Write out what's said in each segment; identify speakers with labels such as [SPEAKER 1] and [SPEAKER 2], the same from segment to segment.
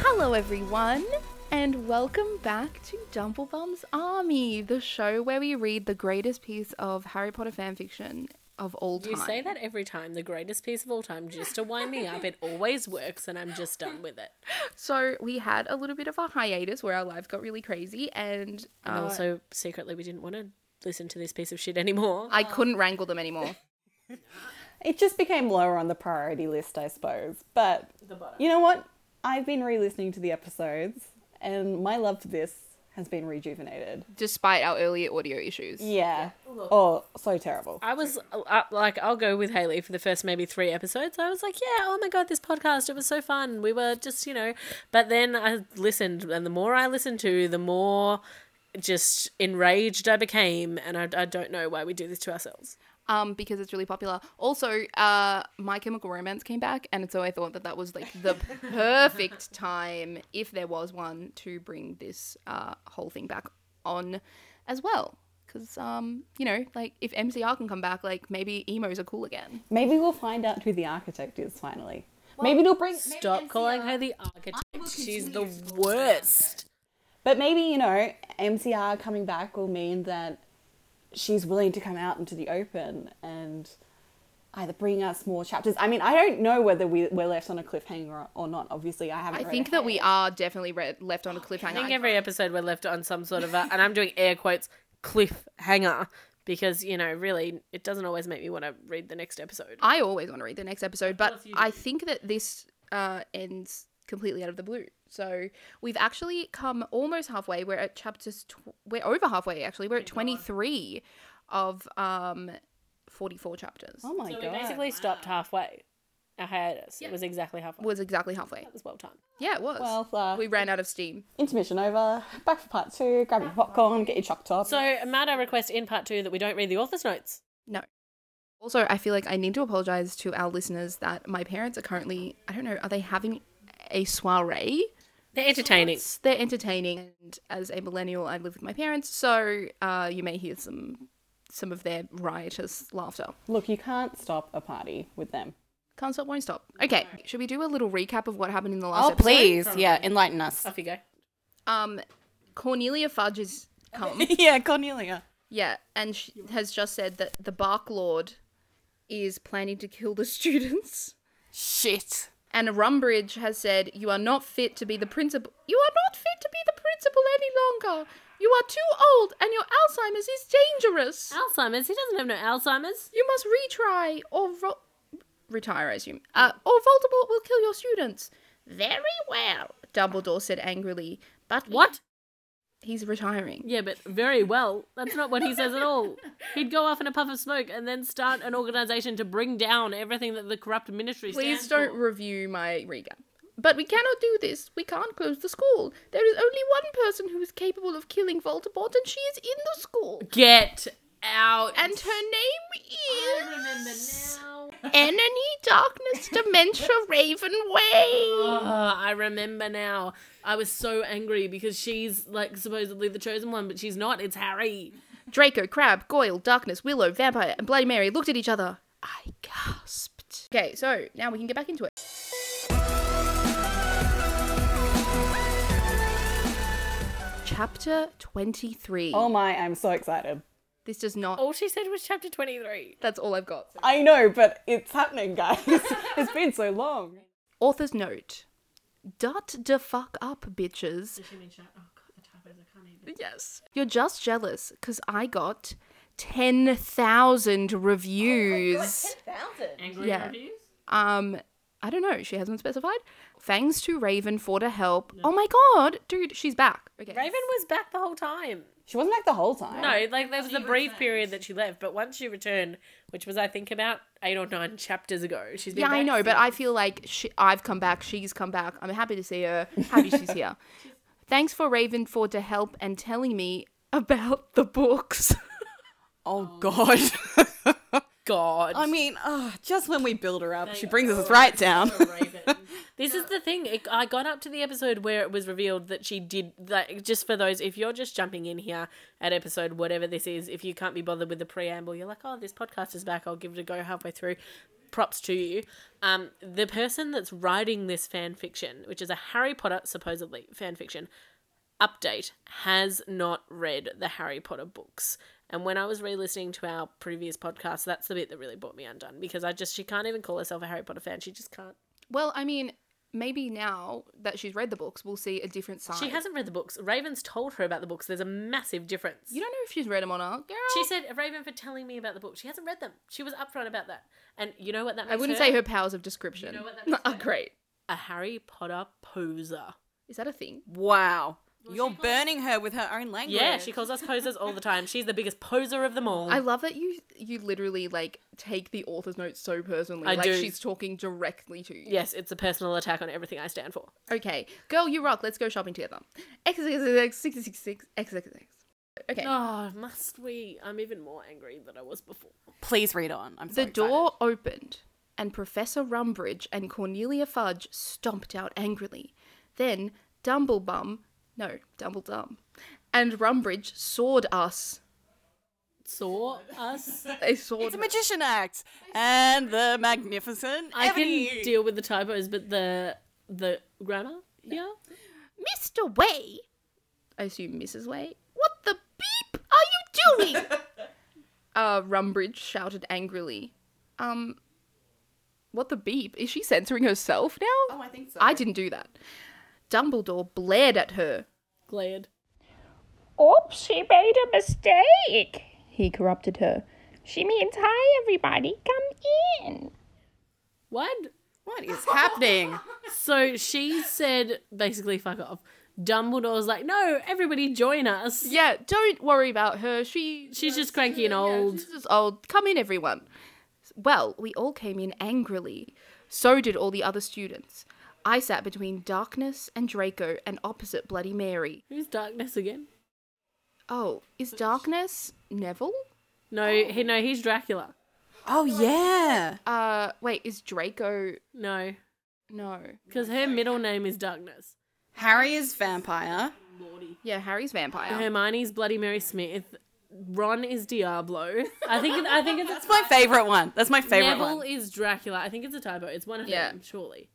[SPEAKER 1] Hello, everyone, and welcome back to Dumblebum's Army, the show where we read the greatest piece of Harry Potter fanfiction of all time.
[SPEAKER 2] You say that every time, the greatest piece of all time, just to wind me up. It always works, and I'm just done with it.
[SPEAKER 1] So we had a little bit of a hiatus where our lives got really crazy, and
[SPEAKER 2] And
[SPEAKER 1] uh,
[SPEAKER 2] also, secretly, we didn't want to listen to this piece of shit anymore.
[SPEAKER 1] I couldn't wrangle them anymore.
[SPEAKER 3] It just became lower on the priority list, I suppose. But you know what? I've been re listening to the episodes, and my love for this has been rejuvenated.
[SPEAKER 1] despite our earlier audio issues.
[SPEAKER 3] Yeah. Oh, so terrible.
[SPEAKER 2] I was uh, like, I'll go with Haley for the first maybe three episodes. I was like, yeah, oh my god, this podcast, it was so fun. We were just, you know, but then I listened, and the more I listened to, the more just enraged I became, and I, I don't know why we do this to ourselves.
[SPEAKER 1] Um, because it's really popular. Also, uh, My Chemical Romance came back, and so I thought that that was like the perfect time, if there was one, to bring this uh, whole thing back on as well. Because, um, you know, like if MCR can come back, like maybe emos are cool again.
[SPEAKER 3] Maybe we'll find out who the architect is finally. maybe it'll bring.
[SPEAKER 2] Stop calling her the architect. She's the worst.
[SPEAKER 3] But maybe, you know, MCR coming back will mean that she's willing to come out into the open and either bring us more chapters. I mean, I don't know whether we, we're left on a cliffhanger or, or not. Obviously, I haven't
[SPEAKER 1] I
[SPEAKER 3] read
[SPEAKER 1] think
[SPEAKER 3] ahead.
[SPEAKER 1] that we are definitely re- left on a cliffhanger.
[SPEAKER 2] I think every episode we're left on some sort of a, and I'm doing air quotes, cliffhanger, because, you know, really, it doesn't always make me want to read the next episode.
[SPEAKER 1] I always want to read the next episode, but I think that this uh, ends completely out of the blue. So we've actually come almost halfway. We're at chapters. Tw- we're over halfway actually. We're at twenty three of um forty four chapters.
[SPEAKER 3] Oh my
[SPEAKER 2] We
[SPEAKER 3] god.
[SPEAKER 2] basically stopped halfway. Our hiatus. It was exactly halfway.
[SPEAKER 1] Was exactly halfway.
[SPEAKER 2] It was well timed.
[SPEAKER 1] Yeah, it was.
[SPEAKER 3] Well, uh,
[SPEAKER 1] we ran out of steam.
[SPEAKER 3] Intermission over. Back for part two. Grab your popcorn. Get your choc top.
[SPEAKER 2] So, Amada requests in part two that we don't read the author's notes.
[SPEAKER 1] No. Also, I feel like I need to apologize to our listeners that my parents are currently. I don't know. Are they having a soiree?
[SPEAKER 2] They're entertaining.
[SPEAKER 1] It's- they're entertaining. And as a millennial, I live with my parents, so uh, you may hear some some of their riotous laughter.
[SPEAKER 3] Look, you can't stop a party with them.
[SPEAKER 1] Can't stop, won't stop. Okay, should we do a little recap of what happened in the last
[SPEAKER 2] Oh,
[SPEAKER 3] Oh,
[SPEAKER 1] episode?
[SPEAKER 3] Yeah, enlighten us.
[SPEAKER 2] Off you go.
[SPEAKER 1] Um, Cornelia Fudge has come.
[SPEAKER 3] yeah, Cornelia.
[SPEAKER 1] yeah, and she has just said that the Bark Lord is planning to kill the students.
[SPEAKER 3] Shit.
[SPEAKER 1] And Rumbridge has said, You are not fit to be the principal. You are not fit to be the principal any longer. You are too old, and your Alzheimer's is dangerous.
[SPEAKER 2] Alzheimer's. He doesn't have no Alzheimer's.
[SPEAKER 1] You must retry or ro- retire, I assume. Uh, or Voldemort will kill your students. Very well, Dumbledore said angrily. But
[SPEAKER 2] What?
[SPEAKER 1] He's retiring.
[SPEAKER 2] Yeah, but very well. That's not what he says at all. He'd go off in a puff of smoke and then start an organization to bring down everything that the corrupt ministry
[SPEAKER 1] Please
[SPEAKER 2] stands
[SPEAKER 1] don't
[SPEAKER 2] for.
[SPEAKER 1] review my recap. But we cannot do this. We can't close the school. There is only one person who is capable of killing Voldemort, and she is in the school.
[SPEAKER 2] Get out.
[SPEAKER 1] And her name
[SPEAKER 2] remember
[SPEAKER 1] is
[SPEAKER 2] now.
[SPEAKER 1] Enemy Darkness Dementia Raven Way.
[SPEAKER 2] Ah, I remember now. I was so angry because she's like supposedly the chosen one, but she's not. It's Harry.
[SPEAKER 1] Draco, Crab, Goyle, Darkness, Willow, Vampire, and Bloody Mary looked at each other. I gasped. Okay, so now we can get back into it. Chapter 23.
[SPEAKER 3] Oh my, I'm so excited.
[SPEAKER 1] This does not.
[SPEAKER 2] All she said was chapter 23.
[SPEAKER 1] That's all I've got.
[SPEAKER 3] I know, but it's happening, guys. it's been so long.
[SPEAKER 1] Author's note. Dot the fuck up, bitches. Yes. You're just jealous because I got 10,000
[SPEAKER 2] Oh,
[SPEAKER 1] reviews.
[SPEAKER 2] Angry
[SPEAKER 1] Yeah.
[SPEAKER 2] reviews?
[SPEAKER 1] Um, I don't know. She hasn't specified. Thanks to Raven for the help. Oh my god, dude, she's back. Okay.
[SPEAKER 2] Raven was back the whole time.
[SPEAKER 3] She wasn't like the whole time.
[SPEAKER 2] No, like there was a brief period that she left, but once she returned, which was I think about eight or nine chapters ago, she's been
[SPEAKER 1] Yeah, I
[SPEAKER 2] back
[SPEAKER 1] know, but
[SPEAKER 2] since.
[SPEAKER 1] I feel like she, I've come back. She's come back. I'm happy to see her. Happy she's here. Thanks for Raven for the help and telling me about the books.
[SPEAKER 3] Oh god.
[SPEAKER 2] God.
[SPEAKER 3] I mean, oh, just when we build her up, she brings us right down.
[SPEAKER 2] This is the thing. It, I got up to the episode where it was revealed that she did like just for those. If you're just jumping in here at episode whatever this is, if you can't be bothered with the preamble, you're like, "Oh, this podcast is back. I'll give it a go halfway through." props to you. Um, the person that's writing this fan fiction, which is a Harry Potter supposedly fan fiction update, has not read the Harry Potter books. And when I was re-listening to our previous podcast, that's the bit that really brought me undone because I just she can't even call herself a Harry Potter fan. She just can't.
[SPEAKER 1] Well, I mean, maybe now that she's read the books, we'll see a different side.
[SPEAKER 2] She hasn't read the books. Raven's told her about the books. There's a massive difference.
[SPEAKER 1] You don't know if she's read them or not, girl.
[SPEAKER 2] She said Raven for telling me about the book. She hasn't read them. She was upfront about that. And you know what that makes
[SPEAKER 1] I wouldn't
[SPEAKER 2] her?
[SPEAKER 1] say her powers of description
[SPEAKER 2] You know what that means,
[SPEAKER 1] are
[SPEAKER 2] though?
[SPEAKER 1] great.
[SPEAKER 2] a Harry Potter poser.
[SPEAKER 1] Is that a thing?
[SPEAKER 3] Wow. You're
[SPEAKER 2] she calls-
[SPEAKER 3] burning her with her own language.
[SPEAKER 2] Yeah, she calls us posers all the time. She's the biggest poser of them all.
[SPEAKER 1] I love that you you literally like take the author's notes so personally.
[SPEAKER 2] I
[SPEAKER 1] like
[SPEAKER 2] do.
[SPEAKER 1] she's talking directly to you.
[SPEAKER 2] yes, it's a personal attack on everything I stand for.
[SPEAKER 1] Okay, girl, you rock. Let's go shopping together. XXX666 XXX. Okay.
[SPEAKER 2] Oh, must we? I'm even more angry than I was before.
[SPEAKER 3] Please read on. I'm so
[SPEAKER 1] The door opened, and Professor Rumbridge and Cornelia Fudge stomped out angrily. Then Dumblebum, no, Dumbledum, and Rumbridge sawed us.
[SPEAKER 2] Saw us.
[SPEAKER 1] They sawed.
[SPEAKER 3] It's a magician act and the magnificent.
[SPEAKER 2] I can
[SPEAKER 3] Ebony.
[SPEAKER 2] deal with the typos, but the the grammar. Yeah.
[SPEAKER 1] Mr. Way, I assume Mrs. Way. What the beep are you doing? uh, Rumbridge shouted angrily. Um, what the beep? Is she censoring herself now?
[SPEAKER 3] Oh, I think so.
[SPEAKER 1] I didn't do that. Dumbledore blared at her.
[SPEAKER 2] Glad.
[SPEAKER 4] Oops, she made a mistake.
[SPEAKER 1] He corrupted her.
[SPEAKER 4] She means hi, everybody. Come in.
[SPEAKER 2] What?
[SPEAKER 3] What is happening?
[SPEAKER 2] So she said basically, "Fuck off." Dumbledore's like, "No, everybody join us."
[SPEAKER 1] Yeah, don't worry about her. She
[SPEAKER 2] She's just cranky and old.
[SPEAKER 1] She's just old. Come in, everyone. Well, we all came in angrily. So did all the other students. I sat between Darkness and Draco and opposite Bloody Mary.
[SPEAKER 2] Who's darkness again?
[SPEAKER 1] Oh, is Darkness Neville?
[SPEAKER 2] No, he no, he's Dracula.
[SPEAKER 3] oh yeah.
[SPEAKER 1] Uh, wait, is Draco.
[SPEAKER 2] No,
[SPEAKER 1] No.
[SPEAKER 2] because her middle name is Darkness.
[SPEAKER 3] Harry is vampire.
[SPEAKER 1] Yeah, Harry's vampire.
[SPEAKER 2] Hermione's Bloody Mary Smith. Ron is Diablo. I think it, I think it's
[SPEAKER 3] That's my favorite one. That's my favorite
[SPEAKER 2] Neville
[SPEAKER 3] one.
[SPEAKER 2] is Dracula. I think it's a typo. It's one of
[SPEAKER 1] Yeah.
[SPEAKER 2] them, surely.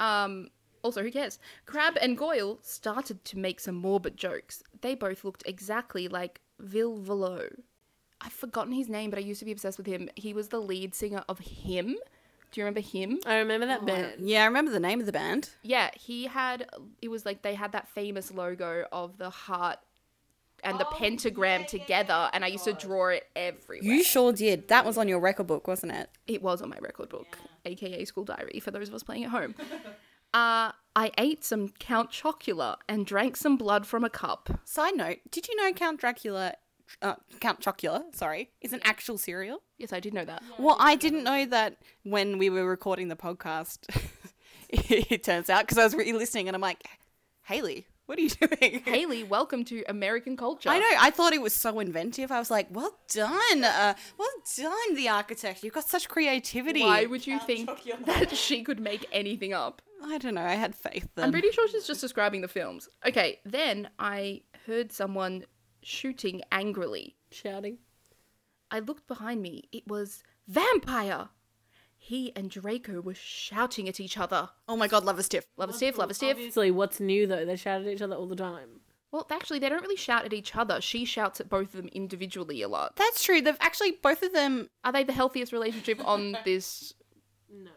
[SPEAKER 1] Um, also, who cares? Crab and Goyle started to make some morbid jokes. They both looked exactly like Vil Velo. I've forgotten his name, but I used to be obsessed with him. He was the lead singer of Him. Do you remember him?
[SPEAKER 2] I remember that band.
[SPEAKER 3] Yeah, I remember the name of the band.
[SPEAKER 1] Yeah, he had. It was like they had that famous logo of the heart and the pentagram together, and I used to draw it everywhere.
[SPEAKER 3] You sure did. That was on your record book, wasn't it?
[SPEAKER 1] it was on my record book, aka school diary, for those of us playing at home. uh, I ate some Count Chocula and drank some blood from a cup.
[SPEAKER 3] Side note: Did you know Count Dracula, uh, Count Chocula, sorry, is an actual cereal?
[SPEAKER 1] Yes, I did know that.
[SPEAKER 3] Well, I didn't know that when we were recording the podcast. it turns out because I was re-listening and I'm like, Haley, what are you doing?
[SPEAKER 1] Haley, welcome to American culture.
[SPEAKER 3] I know. I thought it was so inventive. I was like, well done, uh, well done, the architect. You've got such creativity.
[SPEAKER 1] Why would you think that she could make anything up?
[SPEAKER 3] I don't know. I had faith. Then.
[SPEAKER 1] I'm pretty sure she's just describing the films. Okay, then I heard someone shooting angrily.
[SPEAKER 2] Shouting.
[SPEAKER 1] I looked behind me. It was Vampire! He and Draco were shouting at each other.
[SPEAKER 3] oh my god, love a stiff.
[SPEAKER 1] Love a stiff, love a stiff.
[SPEAKER 2] Obviously, what's new though? They shout at each other all the time.
[SPEAKER 1] Well, actually, they don't really shout at each other. She shouts at both of them individually a lot.
[SPEAKER 3] That's true. They've actually both of them,
[SPEAKER 1] Are they the healthiest relationship on this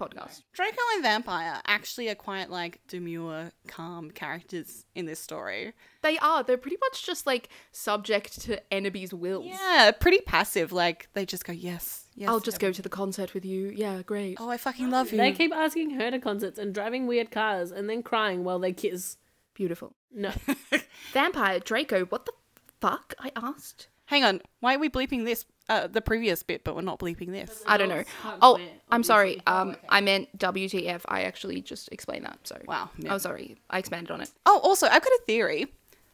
[SPEAKER 1] podcast?
[SPEAKER 3] Draco and Vampire, actually are quite like demure, calm characters in this story.
[SPEAKER 1] They are. They're pretty much just like subject to enemies' wills.
[SPEAKER 3] Yeah, pretty passive. Like they just go, yes, yes.
[SPEAKER 1] I'll just go to the concert with you. Yeah, great.
[SPEAKER 3] Oh, I fucking love you.
[SPEAKER 2] They keep asking her to concerts and driving weird cars and then crying while they kiss.
[SPEAKER 1] Beautiful.
[SPEAKER 2] No,
[SPEAKER 1] Vampire, Draco, what the fuck? I asked.
[SPEAKER 3] Hang on. Why are we bleeping this? Uh, the previous bit, but we're not bleeping this.
[SPEAKER 1] I don't know. Oh, I'm sorry. Um, I meant WTF. I actually just explained that. Sorry.
[SPEAKER 3] Wow, yeah.
[SPEAKER 1] I'm sorry. I expanded on it.
[SPEAKER 3] Oh, also, I've got a theory.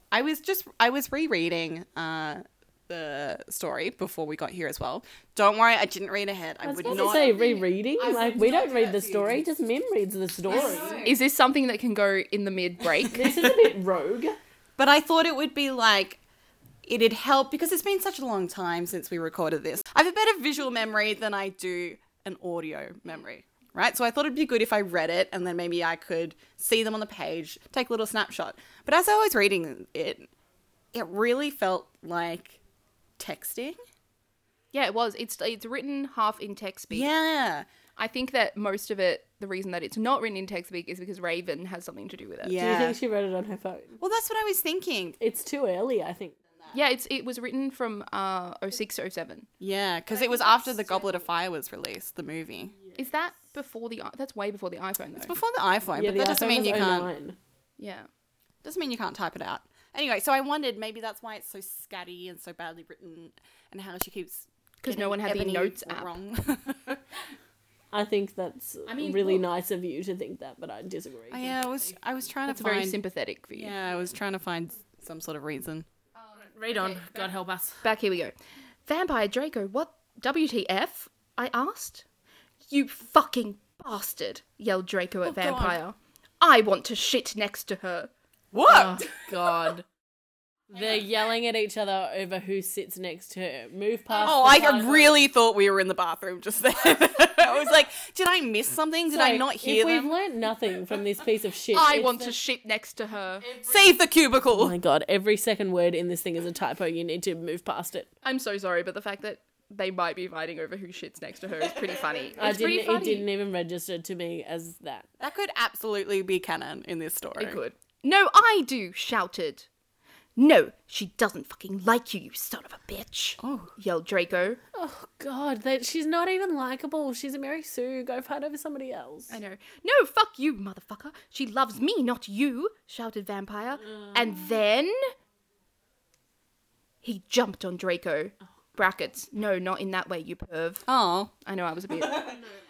[SPEAKER 3] I was just I was rereading uh, the story before we got here as well. Don't worry, I didn't read ahead. I,
[SPEAKER 2] I was
[SPEAKER 3] would
[SPEAKER 2] supposed
[SPEAKER 3] not.
[SPEAKER 2] to say rereading. Like we don't read the story, just Mim reads the story.
[SPEAKER 1] Is this something that can go in the mid break?
[SPEAKER 2] This is a bit rogue.
[SPEAKER 3] But I thought it would be like it'd help because it's been such a long time since we recorded this. I have a better visual memory than I do an audio memory, right? So I thought it'd be good if I read it and then maybe I could see them on the page, take a little snapshot. But as I was reading it, it really felt like texting.
[SPEAKER 1] Yeah, it was. It's it's written half in text speak.
[SPEAKER 3] Yeah.
[SPEAKER 1] I think that most of it, the reason that it's not written in text speak is because Raven has something to do with it.
[SPEAKER 3] Yeah.
[SPEAKER 2] Do you think she wrote it on her phone?
[SPEAKER 3] Well, that's what I was thinking.
[SPEAKER 2] It's too early, I think.
[SPEAKER 1] Yeah, it's it was written from uh 06 to 07.
[SPEAKER 3] Yeah, because it was after the Goblet of Fire was released, the movie.
[SPEAKER 1] Is that before the i- that's way before the iPhone though.
[SPEAKER 3] It's before the iPhone,
[SPEAKER 2] Yeah,
[SPEAKER 3] but that
[SPEAKER 2] the iPhone
[SPEAKER 3] doesn't mean
[SPEAKER 2] was
[SPEAKER 3] you can't.
[SPEAKER 2] 09.
[SPEAKER 1] yeah.
[SPEAKER 3] Doesn't mean you can't type it out. Anyway, so I wondered maybe that's why it's so scatty and so badly written, and how she keeps
[SPEAKER 1] 'Cause no
[SPEAKER 3] getting
[SPEAKER 1] one had the
[SPEAKER 3] Ebony
[SPEAKER 1] notes app.
[SPEAKER 3] wrong.
[SPEAKER 2] I think that's
[SPEAKER 1] I mean,
[SPEAKER 2] really
[SPEAKER 1] look-
[SPEAKER 2] nice of you to think that, but I disagree.
[SPEAKER 3] Oh, yeah, I was I was trying
[SPEAKER 1] That's
[SPEAKER 3] to find.
[SPEAKER 1] very sympathetic for you.
[SPEAKER 3] Yeah, I was trying to find some sort of reason.
[SPEAKER 2] Read on. God help us.
[SPEAKER 1] Back here we go. Vampire Draco, what WTF? I asked. You fucking bastard, yelled Draco at
[SPEAKER 3] Oh, God.
[SPEAKER 1] Vampire. I want to shit next to her.
[SPEAKER 3] What?
[SPEAKER 2] Oh, God. They're yelling at each other over who sits next to her. Move past.
[SPEAKER 3] Oh,
[SPEAKER 2] the
[SPEAKER 3] I
[SPEAKER 2] title.
[SPEAKER 3] really thought we were in the bathroom just then. I was like, did I miss something? Did I
[SPEAKER 2] So,
[SPEAKER 3] not hear
[SPEAKER 2] If we've
[SPEAKER 3] them?
[SPEAKER 2] learnt nothing from this piece of shit,
[SPEAKER 1] I
[SPEAKER 2] it's
[SPEAKER 1] want
[SPEAKER 2] that-
[SPEAKER 1] to shit next to her.
[SPEAKER 3] Save the
[SPEAKER 2] Oh
[SPEAKER 3] cubicle.
[SPEAKER 2] my god! Every second word in this thing is a typo. You need to move past it.
[SPEAKER 1] I'm so sorry, but the fact that they might be fighting over who shits next to her is pretty funny. It's
[SPEAKER 2] I
[SPEAKER 1] pretty
[SPEAKER 2] didn't. It
[SPEAKER 1] funny.
[SPEAKER 2] didn't even register to me as that.
[SPEAKER 3] That could absolutely be canon in this story.
[SPEAKER 1] It could. No, I do, shouted. No, she doesn't fucking like you, you son of a bitch,
[SPEAKER 3] Oh.
[SPEAKER 1] yelled Draco.
[SPEAKER 2] Oh god! That she's not even likable. She's a Mary Sue. Go fight over somebody else.
[SPEAKER 1] I know. No, fuck you, motherfucker. She loves me, not you, shouted Vampire. And then. He jumped on Draco. Brackets. No, not in that way, you perv.
[SPEAKER 3] Oh,
[SPEAKER 1] I know I was a bit.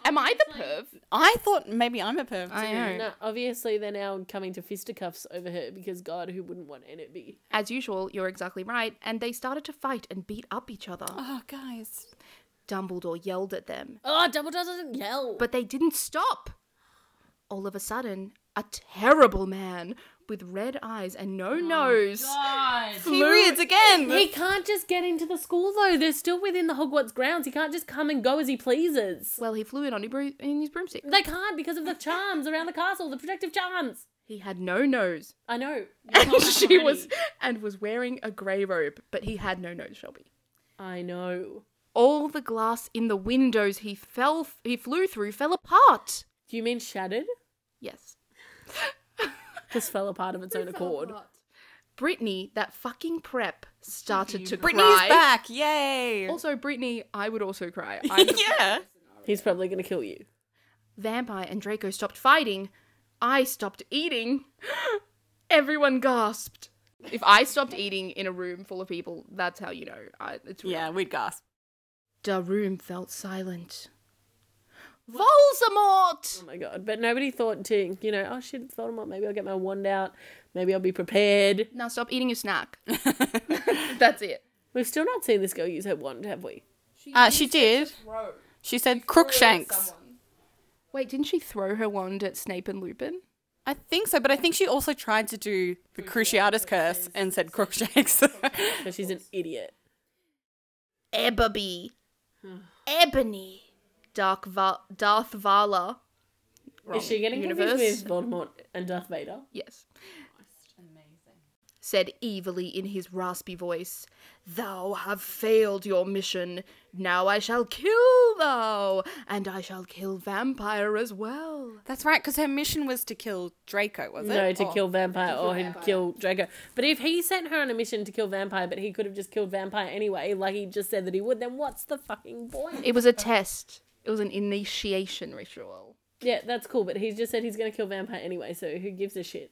[SPEAKER 1] Am I the perv?
[SPEAKER 3] I thought maybe I'm a perv.
[SPEAKER 1] I
[SPEAKER 3] too.
[SPEAKER 1] know.
[SPEAKER 2] No, obviously they're now coming to fisticuffs over her because God, who wouldn't want enemy?
[SPEAKER 1] As usual, you're exactly right. And they started to fight and beat up each other.
[SPEAKER 3] Oh, guys.
[SPEAKER 1] Dumbledore yelled at them.
[SPEAKER 2] Oh, Dumbledore doesn't yell.
[SPEAKER 1] But they didn't stop. All of a sudden, a terrible man with red eyes and no nose.
[SPEAKER 3] Periods again.
[SPEAKER 2] He can't just get into the school though. They're still within the Hogwarts grounds. He can't just come and go as he pleases.
[SPEAKER 1] Well, he flew in on his broom- in his broomstick.
[SPEAKER 2] They can't because of the charms around the castle, the protective charms.
[SPEAKER 1] He had no nose.
[SPEAKER 2] I know.
[SPEAKER 1] And she was and was wearing a grey robe, but he had no nose, Shelby.
[SPEAKER 2] I know.
[SPEAKER 1] All the glass in the windows he fell he flew through fell apart.
[SPEAKER 2] Do you mean shattered?
[SPEAKER 1] Yes.
[SPEAKER 2] Just fell apart of its own accord.
[SPEAKER 1] Brittany, that fucking prep, started to
[SPEAKER 3] Brittany's
[SPEAKER 1] cry.
[SPEAKER 3] back. Yay.
[SPEAKER 1] Also, Brittany, I would also cry. I'm
[SPEAKER 3] yeah.
[SPEAKER 2] He's probably gonna kill you.
[SPEAKER 1] Vampire and Draco stopped fighting. I stopped eating. Everyone gasped. If I stopped eating in a room full of people, that's how you know. I, it's real.
[SPEAKER 3] Yeah, we'd gasp.
[SPEAKER 1] The room felt silent. Voldemort!
[SPEAKER 2] Oh my god. But nobody thought to, you know, oh shit, it's Voldemort. Maybe I'll get my wand out. Maybe I'll be prepared.
[SPEAKER 1] Now stop eating your snack. That's it.
[SPEAKER 2] We've still not seen this girl use her wand, have we?
[SPEAKER 3] Uh, she did. She said Crookshanks.
[SPEAKER 1] Wait, didn't she throw her wand at Snape and Lupin?
[SPEAKER 3] I think so, but I think she also tried to do the Cruciatus curse and said Crookshanks.
[SPEAKER 2] Because she's an idiot.
[SPEAKER 1] Ebony. Ebony. Dark Va- Darth Vala. Wrong
[SPEAKER 2] Is she getting
[SPEAKER 1] universe.
[SPEAKER 2] confused with Voldemort and Darth Vader?
[SPEAKER 1] Yes. Said evilly in his raspy voice, Thou have failed your mission. Now I shall kill thou, and I shall kill vampire as well.
[SPEAKER 3] That's right, because her mission was to kill Draco, was it?
[SPEAKER 2] No, to
[SPEAKER 3] Or-
[SPEAKER 2] kill vampire or he'd kill Draco. But if he sent her on a mission to kill vampire, but he could have just killed vampire anyway, like he just said that he would, then what's the fucking point?
[SPEAKER 1] It was a test. It was an initiation ritual.
[SPEAKER 2] Yeah, that's cool, but he just said he's gonna kill vampire anyway, so who gives a shit?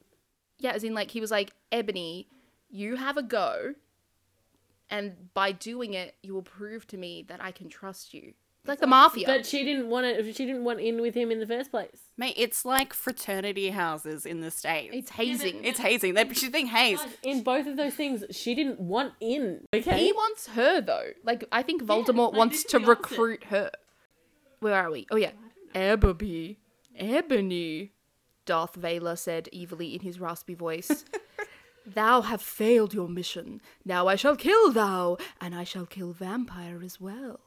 [SPEAKER 1] Yeah, as in like he was like, Ebony, you have a go, and by doing it, you will prove to me that I can trust you. Like the mafia.
[SPEAKER 2] But she didn't want it. She didn't want in with him in the first place.
[SPEAKER 3] Mate, it's like fraternity houses in the States.
[SPEAKER 1] it's hazing.
[SPEAKER 3] It's hazing. They, she's being hazed.
[SPEAKER 2] In both of those things, she didn't want in. Okay,
[SPEAKER 1] He wants her though. Like I think Voldemort
[SPEAKER 2] like,
[SPEAKER 1] wants
[SPEAKER 2] this
[SPEAKER 1] to
[SPEAKER 2] is the opposite.
[SPEAKER 1] recruit her. Where are we? Oh yeah, Ebony, Ebony. Darth Vader said evilly in his raspy voice. Thou have failed your mission. Now I shall kill thou, and I shall kill vampire as well.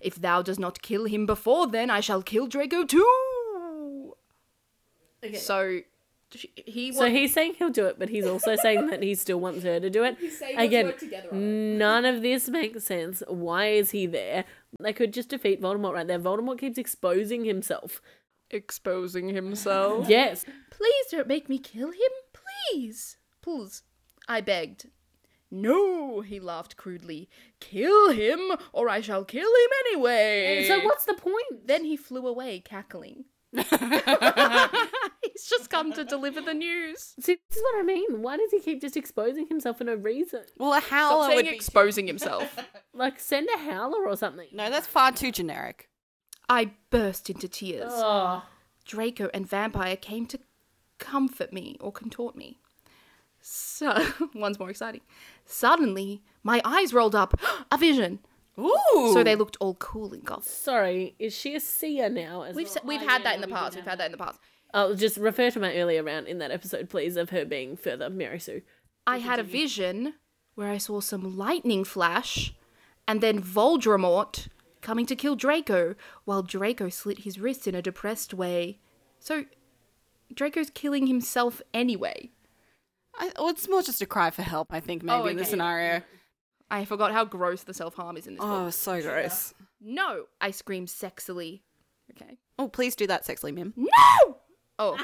[SPEAKER 1] If thou does not kill him before then, I shall kill Draco too.
[SPEAKER 2] Okay.
[SPEAKER 1] So she, he
[SPEAKER 2] So he's saying he'll do it, but he's also saying that he still wants her to do it.
[SPEAKER 1] saying let's
[SPEAKER 2] Again,
[SPEAKER 1] work together on
[SPEAKER 2] none of this makes sense. Why is he there? They could just defeat Voldemort right there. Voldemort keeps exposing himself.
[SPEAKER 1] exposing himself.
[SPEAKER 2] Yes.
[SPEAKER 1] Please don't make me kill him, please. Please. I begged. No, he laughed crudely. Kill him, or I shall kill him anyway.
[SPEAKER 2] So what's the point?
[SPEAKER 1] Then he flew away, cackling. He's just come to deliver the news.
[SPEAKER 2] See, this is what I mean. Why does he keep just exposing himself for no reason?
[SPEAKER 3] Well, a
[SPEAKER 1] Stop
[SPEAKER 3] howler would
[SPEAKER 1] saying
[SPEAKER 3] be.
[SPEAKER 1] exposing himself.
[SPEAKER 2] Like, send a howler or something.
[SPEAKER 3] no, that's far too generic.
[SPEAKER 1] I burst into tears. Ah.
[SPEAKER 2] Oh.
[SPEAKER 1] Draco and Vampire came to comfort me or contort me. So, one's more exciting. Suddenly, my eyes rolled up. A vision.
[SPEAKER 3] Ooh.
[SPEAKER 1] So they looked all cool and goth.
[SPEAKER 2] Sorry, is she a seer now? As
[SPEAKER 1] We've
[SPEAKER 2] well?
[SPEAKER 1] s we've
[SPEAKER 2] Oh,
[SPEAKER 1] had
[SPEAKER 2] yeah,
[SPEAKER 1] that in the
[SPEAKER 2] we
[SPEAKER 1] past.
[SPEAKER 2] did
[SPEAKER 1] We've
[SPEAKER 2] have
[SPEAKER 1] had that in the past.
[SPEAKER 2] Oh, just refer to my earlier round in that episode, please, of her being further Mary Sue.
[SPEAKER 1] I had a vision where I saw some lightning flash, and then Voldemort coming to kill Draco, while Draco slit his wrists in a depressed way. So, Draco's killing himself anyway.
[SPEAKER 3] I, well, it's more just a cry for help, I think, maybe
[SPEAKER 1] Oh,
[SPEAKER 3] in the
[SPEAKER 1] okay.
[SPEAKER 3] scenario.
[SPEAKER 1] I forgot how gross the self harm is in this book.
[SPEAKER 3] Oh, so gross.
[SPEAKER 1] No, I screamed sexily. Okay.
[SPEAKER 3] Oh, please do that sexually, Mim.
[SPEAKER 1] No! Oh.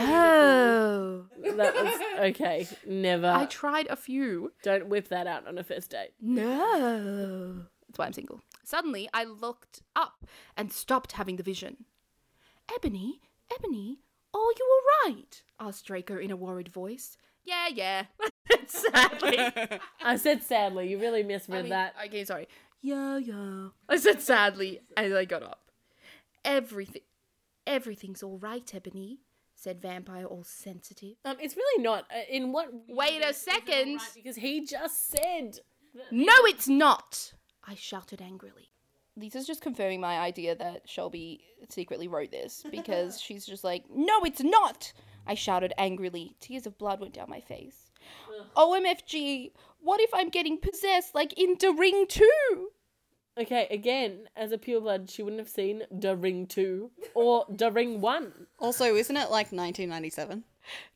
[SPEAKER 1] no.
[SPEAKER 2] That was okay. Never.
[SPEAKER 1] I tried a few.
[SPEAKER 2] Don't whip that out on a first date.
[SPEAKER 1] No. That's why I'm single. Suddenly, I looked up and stopped having the vision. Ebony, Ebony, are you all right? asked Draco in a worried voice. Yeah, yeah. Sadly.
[SPEAKER 2] I said sadly, you really misread
[SPEAKER 1] I mean,
[SPEAKER 2] that.
[SPEAKER 1] Okay, sorry. Yeah, yeah. I said sadly as I got up. Everything, everything's all right, Ebony, said Vampire, all sensitive.
[SPEAKER 2] Um, it's really not. Uh, in what?
[SPEAKER 1] Wait a second.
[SPEAKER 2] Right, because he just said.
[SPEAKER 1] No, it's not! I shouted angrily. Lisa's just confirming my idea that Shelby secretly wrote this because she's just like, No, it's not! I shouted angrily. Tears of blood went down my face. OMFG, what if I'm getting possessed like in The Ring 2?
[SPEAKER 2] Okay, again, as a pureblood, she wouldn't have seen Da Ring 2 or Da Ring 1.
[SPEAKER 3] Also, isn't it like 1997?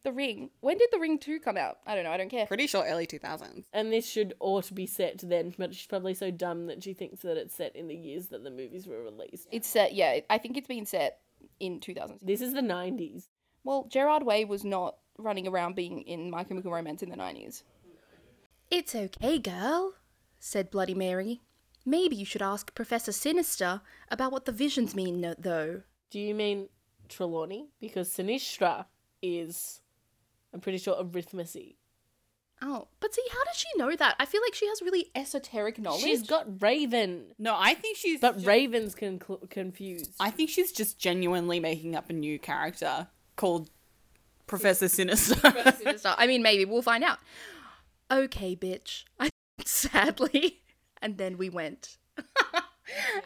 [SPEAKER 1] The Ring. When did The Ring 2 come out? I don't know, I don't care.
[SPEAKER 3] Pretty sure early 2000s.
[SPEAKER 2] And this should ought to be set then, but she's probably so dumb that she thinks that it's set in the years that the movies were released.
[SPEAKER 1] It's set, yeah, I think it's been set in 2000.
[SPEAKER 2] This is the 90s.
[SPEAKER 1] Well, Gerard Way was not running around being in My Chemical Romance in the 90s. It's okay, girl, said Bloody Mary. Maybe you should ask Professor Sinister about what the visions mean, no- though.
[SPEAKER 2] Do you mean Trelawney? Because Sinistra is, I'm pretty sure, arithmetic.
[SPEAKER 1] Oh, but see, how does she know that? I feel like she has really esoteric knowledge.
[SPEAKER 2] She's got Raven,
[SPEAKER 3] No, I think she's.
[SPEAKER 2] but Raven's con- confused.
[SPEAKER 3] I think she's just genuinely making up a new character called Professor Sinister.
[SPEAKER 1] Sinister. I mean, maybe we'll find out. Okay, bitch. Sadly, and then we went,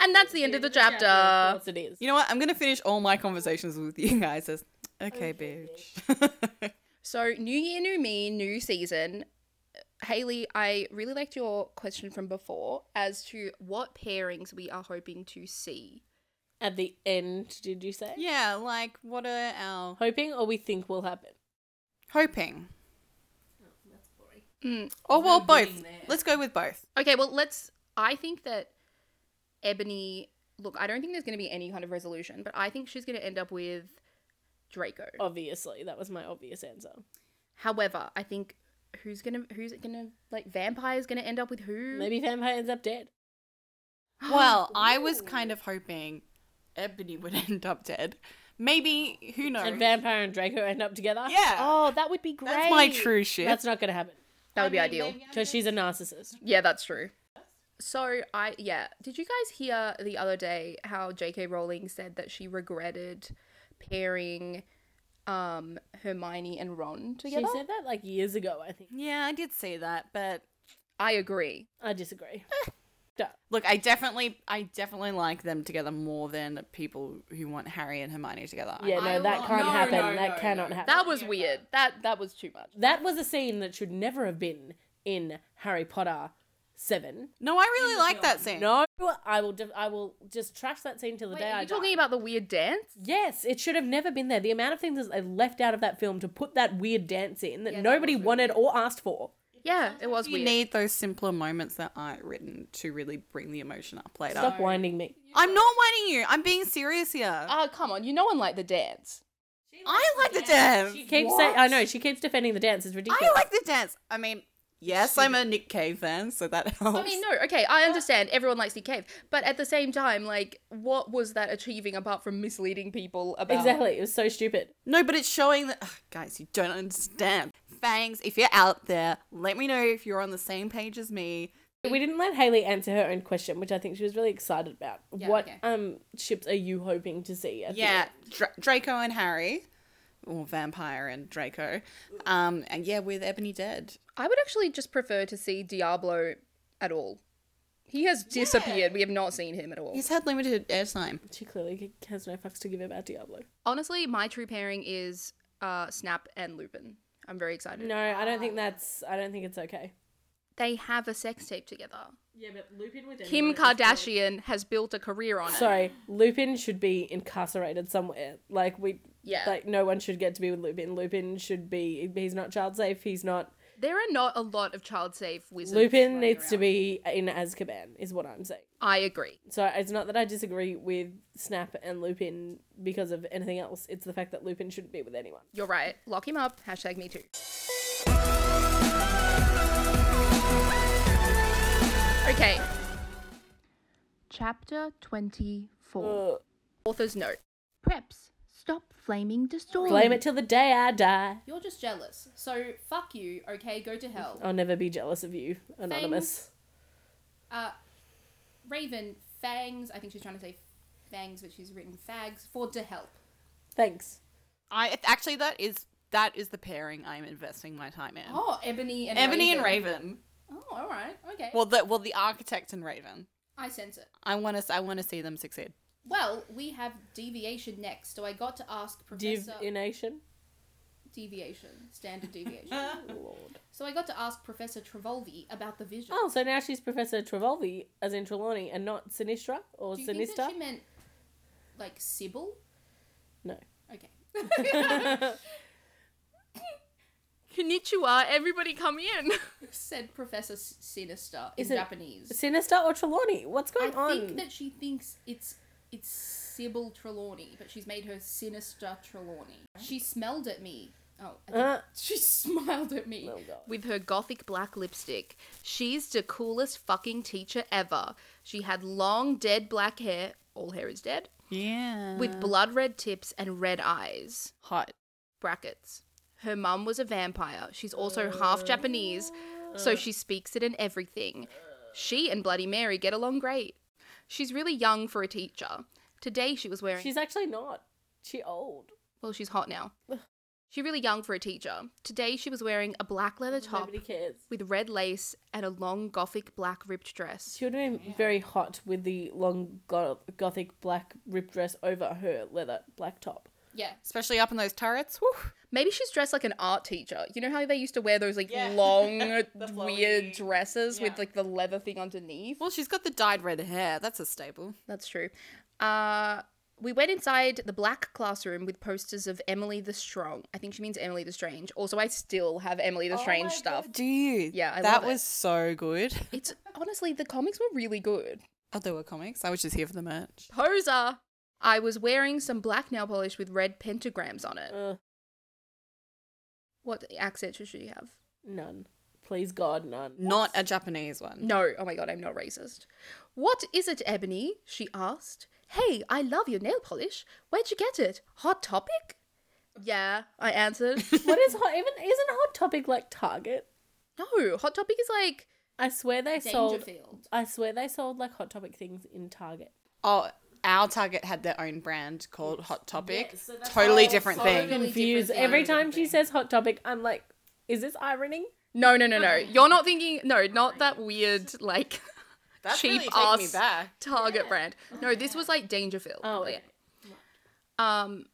[SPEAKER 1] and that's the end of the
[SPEAKER 2] of
[SPEAKER 1] chapter.
[SPEAKER 2] course it is.
[SPEAKER 3] you know what? I'm gonna finish all my conversations with you guys as. Okay, bitch.
[SPEAKER 1] So, new year, new me, new season. Haley, I really liked your question from before as to what pairings we are hoping to see.
[SPEAKER 2] At the end, did you say?
[SPEAKER 3] yeah, like what are our
[SPEAKER 2] Hoping or we think will happen.
[SPEAKER 3] hoping?
[SPEAKER 1] Mm.
[SPEAKER 3] Oh well, both. Let's go with both.
[SPEAKER 1] Okay, well, let's. I think that Ebony. Look, I don't think there's going to be any kind of resolution, but I think she's going to end up with Draco.
[SPEAKER 2] Obviously, that was my obvious answer.
[SPEAKER 1] However, I think who's gonna who's gonna like vampire's gonna end up with who?
[SPEAKER 3] Mm.
[SPEAKER 2] Maybe vampire ends up dead.
[SPEAKER 3] Well, I was kind of hoping Ebony would end up dead. Maybe who knows?
[SPEAKER 2] And vampire and Draco end up together.
[SPEAKER 3] yeah,
[SPEAKER 1] Oh, that would be great.
[SPEAKER 3] that's my true shit.
[SPEAKER 2] That's not going to happen
[SPEAKER 1] That would be ideal.
[SPEAKER 2] because she's a narcissist.
[SPEAKER 1] Yeah, that's true. So I yeah, did you guys hear the other day how J.K. Rowling said that she regretted pairing um Hermione and Ron together?
[SPEAKER 2] She said that like years ago, I think.
[SPEAKER 3] yeah, I did see that, but
[SPEAKER 1] I agree.
[SPEAKER 2] I disagree.
[SPEAKER 3] Eh.
[SPEAKER 2] Duh.
[SPEAKER 3] look, I definitely, I definitely like them together more than people who want Harry and Hermione together.
[SPEAKER 2] Yeah, no, that can't
[SPEAKER 3] no,
[SPEAKER 2] happen.
[SPEAKER 3] no,
[SPEAKER 2] that
[SPEAKER 3] no,
[SPEAKER 2] cannot happen.
[SPEAKER 1] That was weird. That that was too much.
[SPEAKER 2] that was a scene that should never have been in Harry Potter seven.
[SPEAKER 3] No, I really like that scene.
[SPEAKER 2] No, I will. de- I will just trash that scene till the
[SPEAKER 1] Wait,
[SPEAKER 2] day
[SPEAKER 1] are
[SPEAKER 2] I
[SPEAKER 1] you
[SPEAKER 2] die.
[SPEAKER 1] talking about the weird dance?
[SPEAKER 2] Yes, it should have never been there. The amount of things that they left out of that film to put that weird dance in that nobody wanted or asked for.
[SPEAKER 1] Yeah, it was
[SPEAKER 3] You
[SPEAKER 1] weird.
[SPEAKER 3] need those simpler moments that aren't written to really bring the emotion up later.
[SPEAKER 2] Stop winding me.
[SPEAKER 3] I'm not whining you. I'm being serious here.
[SPEAKER 1] Ah, come on. You know, one like the dance.
[SPEAKER 3] I like the dance.
[SPEAKER 2] She keeps saying, "I know." She keeps defending the dance. It's ridiculous.
[SPEAKER 3] I like the dance. I mean, yes, I'm a Nick Cave fan, so that helps.
[SPEAKER 1] I mean, no, okay, I understand. Everyone likes Nick Cave, but at the same time, like, what was that achieving apart from misleading people about?
[SPEAKER 2] exactly. It was so stupid.
[SPEAKER 3] No, but it's showing that. Ugh, guys, you don't understand. Fangs, if you're out there, let me know if you're on the same page as me.
[SPEAKER 2] We didn't let Haley answer her own question, which I think she was really excited about. what
[SPEAKER 1] okay.
[SPEAKER 2] um ships are you hoping to see? at the
[SPEAKER 3] Yeah, Dra- Draco and Harry, or Vampire and Draco. Um, and yeah, with Ebony Dead.
[SPEAKER 1] I would actually just prefer to see Diablo at all. He has disappeared. We have not seen him at all.
[SPEAKER 3] He's had limited airtime.
[SPEAKER 2] She clearly has no fucks to give about Diablo.
[SPEAKER 1] Honestly, my true pairing is uh, Snap and Lupin. I'm very excited.
[SPEAKER 2] No, I don't think that's. I don't think it's okay.
[SPEAKER 1] They have a sex tape together.
[SPEAKER 2] Yeah, but Lupin with
[SPEAKER 1] Kim Kardashian has built a career on it.
[SPEAKER 2] Sorry, Lupin should be incarcerated somewhere. Like we,
[SPEAKER 1] Yeah.
[SPEAKER 2] like no one should get to be with Lupin. Lupin should be. He's not child safe. He's not.
[SPEAKER 1] There are not a lot of child safe wizards.
[SPEAKER 2] Lupin
[SPEAKER 1] running
[SPEAKER 2] needs to
[SPEAKER 1] around.
[SPEAKER 2] be in Azkaban, is what I'm saying.
[SPEAKER 1] I agree.
[SPEAKER 2] So it's not that I disagree with Snap and Lupin because of anything else. It's the fact that Lupin shouldn't be with anyone.
[SPEAKER 1] You're right. Lock him up. Hashtag me too. Okay. Chapter 24.
[SPEAKER 2] Ugh.
[SPEAKER 1] Author's note.
[SPEAKER 5] Preps, stop flaming the story.
[SPEAKER 2] Blame it till the day I die.
[SPEAKER 1] You're just jealous. So fuck you. Okay, go to hell.
[SPEAKER 2] I'll never be jealous of you, Anonymous.
[SPEAKER 1] Uh, Raven, fangs. I think she's trying to say fangs, but she's written fags. For to help.
[SPEAKER 2] Thanks.
[SPEAKER 3] I actually that is that is the pairing I'm investing my time in.
[SPEAKER 1] Oh, Ebony and
[SPEAKER 3] Ebony and Raven.
[SPEAKER 1] Oh, all right. Okay.
[SPEAKER 3] Well, the well the architect and Raven.
[SPEAKER 1] I sense it.
[SPEAKER 3] I want to I want to see them succeed.
[SPEAKER 1] Well, we have deviation next, so I got to ask Professor
[SPEAKER 2] Divination. Oh,
[SPEAKER 1] Deviation, standard deviation.
[SPEAKER 2] Lord.
[SPEAKER 1] so I got to ask Professor Travolvi about the vision.
[SPEAKER 2] Oh, so now she's Professor Travolvi, as in Trelawney, and not Sinistra or
[SPEAKER 1] Do you think that
[SPEAKER 2] Sinister?
[SPEAKER 1] she meant like Sybil?
[SPEAKER 2] No.
[SPEAKER 1] Okay. Konnichiwa, Uh, everybody come in. Said Professor S- Sinister in
[SPEAKER 2] Is it-
[SPEAKER 1] Japanese.
[SPEAKER 2] Sinister or Trelawney? What's
[SPEAKER 1] I
[SPEAKER 2] going on?
[SPEAKER 1] think that she thinks it's it's Sybil Trelawney, but she's made her Sinister Trelawney. She smelled at me. Oh, I think
[SPEAKER 2] Uh.
[SPEAKER 1] she smiled at me
[SPEAKER 2] Oh, God.
[SPEAKER 1] with her gothic black lipstick. She's the coolest fucking teacher ever. She had long dead black hair. All hair is dead.
[SPEAKER 3] Yeah.
[SPEAKER 2] Uh.
[SPEAKER 1] with blood red tips and red eyes.
[SPEAKER 3] hot.
[SPEAKER 1] Brackets. Her mum was a vampire. She's also half Japanese, so she speaks it and everything. She and Bloody Mary get along great. She's really young for a teacher. Today she was wearing.
[SPEAKER 2] She's actually not. She old.
[SPEAKER 1] well, she's hot now. She's really young for a teacher. Today she was wearing a black leather top
[SPEAKER 2] Nobody cares.
[SPEAKER 1] with red lace and a long gothic black ripped dress.
[SPEAKER 2] She would have been very hot with the long go- gothic black ripped dress over her leather black top.
[SPEAKER 1] Yeah.
[SPEAKER 3] Especially up in those turrets. Woo.
[SPEAKER 1] Maybe she's dressed like an art teacher. You know how they used to wear those like
[SPEAKER 3] Yeah.
[SPEAKER 1] long,
[SPEAKER 3] flowy-
[SPEAKER 1] weird dresses with like the leather thing underneath?
[SPEAKER 3] Well, she's got the dyed red hair. That's a staple.
[SPEAKER 1] That's true. Uh, we went inside the black classroom with posters of Emily the Strong. I think she means Emily the Strange. Also, I still have Emily the Strange stuff.
[SPEAKER 3] Do you?
[SPEAKER 1] Yeah, I
[SPEAKER 3] that
[SPEAKER 1] love it.
[SPEAKER 3] was so good.
[SPEAKER 1] It's honestly, the comics were really good.
[SPEAKER 3] Oh, there were comics. I was just here for the merch.
[SPEAKER 1] Poser! I was wearing some black nail polish with red pentagrams on it.
[SPEAKER 2] Ugh,
[SPEAKER 1] What accent should she have?
[SPEAKER 2] none. Please God, none.
[SPEAKER 3] Not a Japanese one.
[SPEAKER 1] No, oh my god, I'm not racist. What is it, Ebony? she asked. Hey, I love your nail polish. Where'd you get it? Hot Topic? Yeah, I answered.
[SPEAKER 2] what is hot? Even isn't hot topic like Target?
[SPEAKER 1] no, Hot Topic is like
[SPEAKER 2] I swear they sold.
[SPEAKER 1] Dangerfield.
[SPEAKER 2] I swear they sold like hot topic things in Target.
[SPEAKER 3] Oh, our Target had their own brand called Hot Topic. totally different thing.
[SPEAKER 1] Totally
[SPEAKER 2] Confused.
[SPEAKER 1] different
[SPEAKER 2] Every
[SPEAKER 1] thing.
[SPEAKER 2] time she says hot topic, I'm like, is this irony?
[SPEAKER 1] No, no, no, no. You're not thinking. No, not that weird like
[SPEAKER 3] That's
[SPEAKER 1] cheap
[SPEAKER 3] really taking
[SPEAKER 1] ass
[SPEAKER 3] me back.
[SPEAKER 1] Target brand. No, this was like Dangerfield.
[SPEAKER 2] Oh,
[SPEAKER 1] Like,
[SPEAKER 2] okay.
[SPEAKER 1] Um,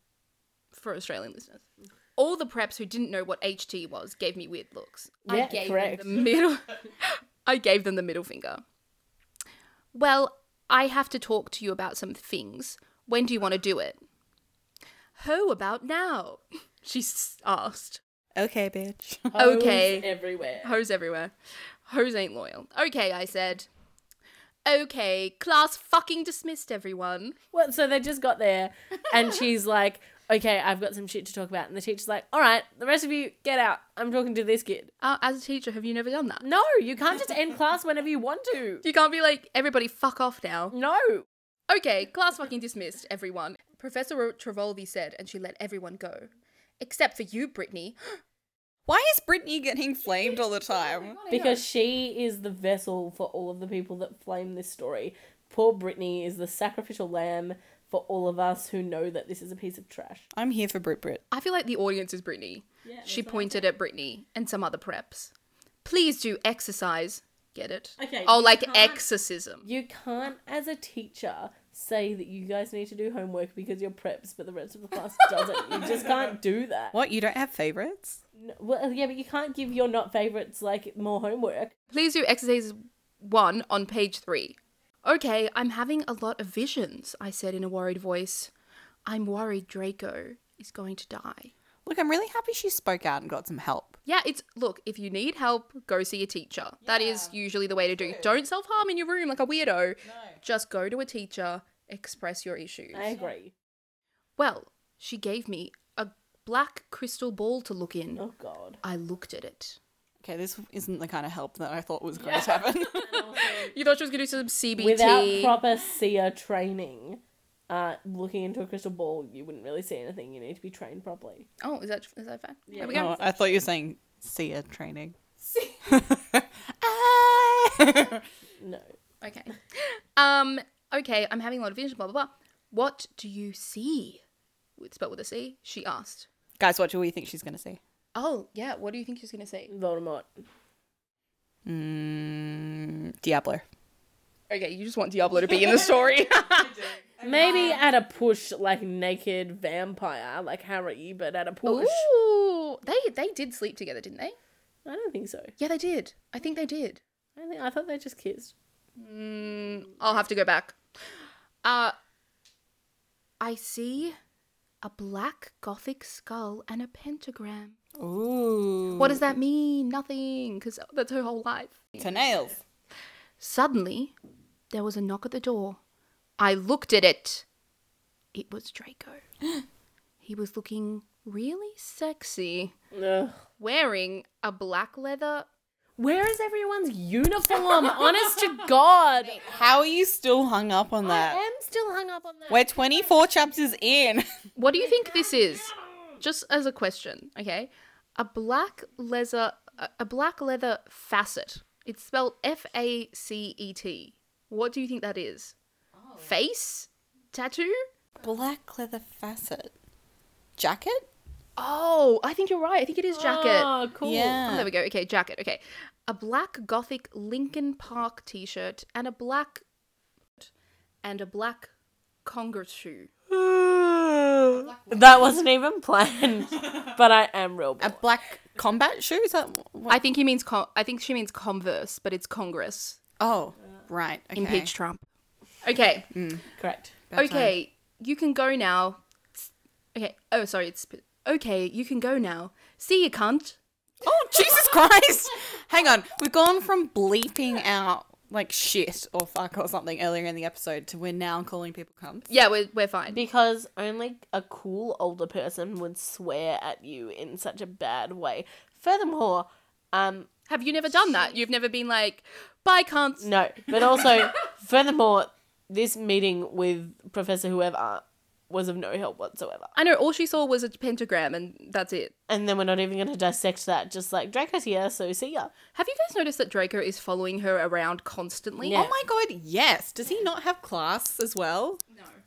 [SPEAKER 1] for Australian listeners, all the preps who didn't know what HT was gave me weird looks.
[SPEAKER 2] Yeah, correct.
[SPEAKER 1] Middle, I gave them the middle finger. Well, I have to talk to you about some things. When do you want to do it? Ho about now? She s- asked.
[SPEAKER 6] Okay, bitch.
[SPEAKER 1] Okay.
[SPEAKER 2] Hoes Everywhere.
[SPEAKER 1] Hoes everywhere. Hoes ain't loyal. Okay, I said. Okay, class fucking dismissed everyone.
[SPEAKER 2] Well, so they just got there, and she's like, "Okay, I've got some shit to talk about." And the teacher's like, "All right, the rest of you get out. I'm talking to this kid."
[SPEAKER 1] Uh, as a teacher, have you never done that?
[SPEAKER 2] No, you can't just end class whenever you want to.
[SPEAKER 1] You can't be like, everybody fuck off now.
[SPEAKER 2] No.
[SPEAKER 1] Okay, class fucking dismissed, everyone. Professor Travoldi said, and she let everyone go. Except for you, Brittany.
[SPEAKER 6] Why is Brittany getting flamed all the time?
[SPEAKER 2] Because she is the vessel for all of the people that flame this story. Poor Brittany is the sacrificial lamb for all of us who know that this is a piece of trash.
[SPEAKER 6] I'm here for Brit Brit.
[SPEAKER 1] I feel like the audience is Brittany. she pointed at Brittany and some other preps. Please do exercise. Get it?
[SPEAKER 2] Okay,
[SPEAKER 1] Oh,
[SPEAKER 2] you
[SPEAKER 1] like
[SPEAKER 2] can't-
[SPEAKER 1] exorcism.
[SPEAKER 2] You can't, as a teacher, say that you guys need to do homework because you're preps, but the rest of the class doesn't. You just can't do that.
[SPEAKER 6] What? You don't have favorites?
[SPEAKER 2] No, well, yeah, but you can't give your not favorites like more homework.
[SPEAKER 1] Please do exercise one on page three. Okay, I'm having a lot of visions, I said in a worried voice. I'm worried Draco is going to die.
[SPEAKER 6] Look, I'm really happy she spoke out and got some help.
[SPEAKER 1] Yeah, it's look, if you need help, go see a teacher. That is usually the way to do. Don't self-harm in your room like a weirdo. No. Just go to a teacher, express your issues.
[SPEAKER 2] I agree.
[SPEAKER 1] Well, she gave me a black crystal ball to look in.
[SPEAKER 2] Oh God.
[SPEAKER 1] I looked at it.
[SPEAKER 6] Okay, this isn't the kind of help that I thought was going to happen.
[SPEAKER 1] You thought she was going to do some
[SPEAKER 2] E
[SPEAKER 1] CBT.
[SPEAKER 2] Without proper seer training, uh, looking into a crystal ball, you wouldn't really see anything. You need to be trained properly.
[SPEAKER 1] oh, is that is that fair? There we go.
[SPEAKER 6] oh, I thought you were saying Sia training. Ah!
[SPEAKER 2] No.
[SPEAKER 1] Okay. Um. Okay. I'm having a lot of vision. Blah blah blah. What do you see? It's spelled with a C. She asked.
[SPEAKER 6] Guys, what do we think she's going to see?
[SPEAKER 1] Oh yeah. What do you think she's going to say?
[SPEAKER 2] Voldemort.
[SPEAKER 6] Mm, Diablo.
[SPEAKER 1] Okay. You just want Diablo to be in the story.
[SPEAKER 2] Maybe at a push, like naked vampire, like Harry, but at a push.
[SPEAKER 1] Ooh. They they did sleep together, didn't they?
[SPEAKER 2] I don't think so.
[SPEAKER 1] Yeah, they did. I think they did.
[SPEAKER 2] I think I thought they just kissed.
[SPEAKER 1] Mm, I'll have to go back. Uh, I see a black gothic skull and a pentagram.
[SPEAKER 6] Ooh.
[SPEAKER 1] What does that mean? Nothing, because that's her whole life.
[SPEAKER 6] To nails.
[SPEAKER 1] Suddenly, there was a knock at the door. I looked at it. It was Draco. he was looking really sexy,
[SPEAKER 2] Ugh.
[SPEAKER 1] wearing a black leather.
[SPEAKER 2] Where is everyone's uniform? Honest to God.
[SPEAKER 6] How are you still hung up on
[SPEAKER 2] I
[SPEAKER 6] that?
[SPEAKER 2] am still hung up on that.
[SPEAKER 6] We're 24 chapters in.
[SPEAKER 1] What do you think this is? Just as a question, okay? A black leather, a- a black leather facet. It's spelled F A C E T. What do you think that is? Face tattoo?
[SPEAKER 6] Black leather facet. Jacket?
[SPEAKER 1] Oh, I think you're right. I think it is jacket.
[SPEAKER 2] Oh, cool.
[SPEAKER 1] Oh, there
[SPEAKER 6] Yeah.
[SPEAKER 1] we go. Okay, jacket. Okay. A black gothic Lincoln Park t shirt and a black and a black conger shoe.
[SPEAKER 2] That wasn't even planned, but I am real.
[SPEAKER 6] A black combat shoe? Is that what?
[SPEAKER 1] I think he means con- I think she means Converse, but it's Congress
[SPEAKER 6] oh, right. Okay.
[SPEAKER 1] impeach Trump. Okay.
[SPEAKER 2] Correct.
[SPEAKER 6] About time.
[SPEAKER 1] okay. You can go now. S- Okay. Oh, sorry. It's okay. You can go now. See you, cunt.
[SPEAKER 6] Oh, Jesus Christ! Hang on. We've gone from bleeping out like shit or fuck or something earlier in the episode to we're now calling people cunts.
[SPEAKER 1] Yeah, we're we're fine.
[SPEAKER 2] Because only a cool older person would swear at you in such a bad way. Furthermore, um,
[SPEAKER 1] Have you never done that? You've never been like, bye, cunts.
[SPEAKER 2] no, but also, furthermore, this meeting with Professor Whoever was of no help whatsoever.
[SPEAKER 1] I know. All she saw was a pentagram, and that's it.
[SPEAKER 2] And then we're not even going to dissect that. Just like Draco's here, so see ya.
[SPEAKER 1] Have you guys noticed that Draco is following her around constantly?
[SPEAKER 2] Yeah.
[SPEAKER 6] Oh my god, yes. Does he not have class as well?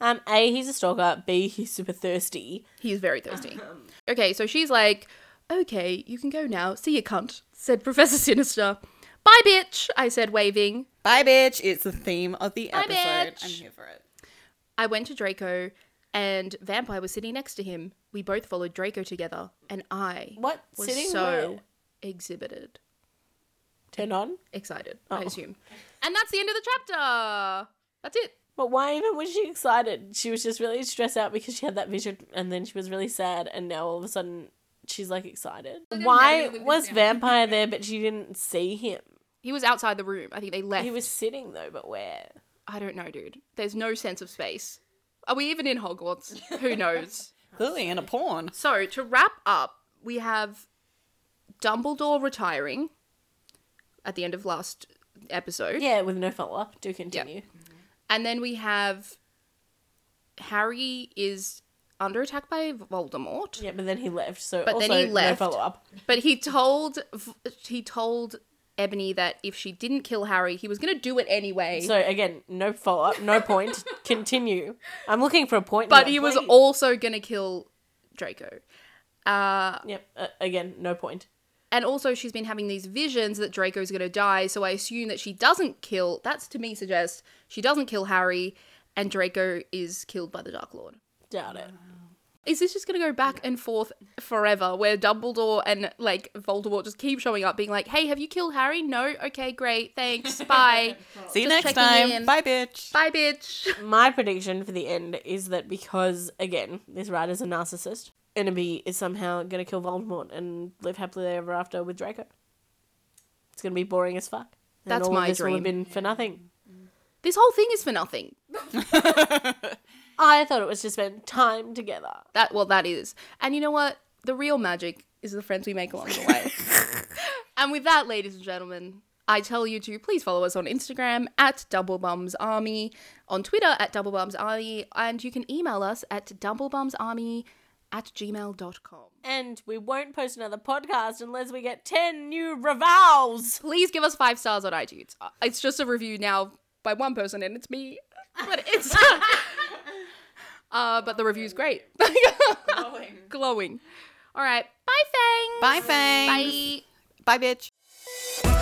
[SPEAKER 2] Um, a he's a stalker. B he's super thirsty.
[SPEAKER 1] He's very thirsty. okay, so she's like, okay, you can go now. See you, cunt, said Professor Sinister. Bye, bitch, I said, waving.
[SPEAKER 6] Bye, bitch. It's the theme of the episode.
[SPEAKER 1] bitch.
[SPEAKER 6] I'm here for it.
[SPEAKER 1] I went to Draco, and Vampire was sitting next to him. We both followed Draco together, and I
[SPEAKER 2] What
[SPEAKER 1] was
[SPEAKER 2] sitting
[SPEAKER 1] so
[SPEAKER 2] where?
[SPEAKER 1] exhibited.
[SPEAKER 2] Turn on.
[SPEAKER 1] Excited, I
[SPEAKER 2] Oh.
[SPEAKER 1] assume. And that's the end of the chapter. That's it.
[SPEAKER 2] But why even was she excited? She was just really stressed out because she had that vision and then she was really sad and now all of a sudden she's like excited. Why was Vampire there but she didn't see him?
[SPEAKER 1] He was outside the room. I think they left.
[SPEAKER 2] He was sitting though, but where?
[SPEAKER 1] I don't know, dude. There's no sense of space. Are we even in Hogwarts? Who knows?
[SPEAKER 6] Clearly in a porn.
[SPEAKER 1] So, to wrap up, we have Dumbledore retiring at the end of last episode.
[SPEAKER 2] Yeah, with no follow up. Do continue.
[SPEAKER 1] And then we have Harry is under attack by Voldemort,
[SPEAKER 2] Yeah, but then he left. So
[SPEAKER 1] But
[SPEAKER 2] also
[SPEAKER 1] then he left.
[SPEAKER 2] no follow up.
[SPEAKER 1] but he told he told Ebony that if she didn't kill Harry, he was going to do it anyway.
[SPEAKER 2] So again, no follow up, no point. continue. I'm looking for a point.
[SPEAKER 1] but
[SPEAKER 2] now,
[SPEAKER 1] he was
[SPEAKER 2] please.
[SPEAKER 1] also going to kill Draco. Uh,
[SPEAKER 2] Yep. Uh, again, no point.
[SPEAKER 1] and also, she's been having these visions that Draco's going to die, so I assume that she doesn't kill. That's to me suggests she doesn't kill Harry, and Draco is killed by the Dark Lord.
[SPEAKER 2] Doubt it.
[SPEAKER 1] Is this just going to go back and forth forever where Dumbledore and like Voldemort just keep showing up being like, "Hey, have you killed Harry?" "No." "Okay, great. Thanks. Bye."
[SPEAKER 6] See you
[SPEAKER 1] Just
[SPEAKER 6] next
[SPEAKER 1] checking
[SPEAKER 6] time.
[SPEAKER 1] in.
[SPEAKER 6] Bye, bitch.
[SPEAKER 1] Bye, bitch.
[SPEAKER 2] My prediction for the end is that because again, this writer's a narcissist, Enemy is somehow gonna kill Voldemort and live happily ever after with Draco. It's gonna be boring as fuck. And
[SPEAKER 1] That's
[SPEAKER 2] all of
[SPEAKER 1] my
[SPEAKER 2] this will
[SPEAKER 1] dream.
[SPEAKER 2] have been for nothing.
[SPEAKER 1] This whole thing is for nothing.
[SPEAKER 2] I thought it was to spend time together.
[SPEAKER 1] That well, that is. And you know what? The real magic is the friends we make along the way. and with that, ladies and gentlemen, I tell you to please follow us on Instagram at DoubleBumsArmy, on Twitter at DoubleBumsArmy, and you can email us at doublebumsarmy at gmail.com.
[SPEAKER 2] And we won't post another podcast unless we get ten new revals.
[SPEAKER 1] Please give us five stars on iTunes. Uh, It's just a review now by one person, and it's me. But it's. uh, but the review's great. Glowing. Glowing. All right. Bye, Fangs.
[SPEAKER 6] Bye, Fang.
[SPEAKER 1] Bye.
[SPEAKER 6] Bye, bitch.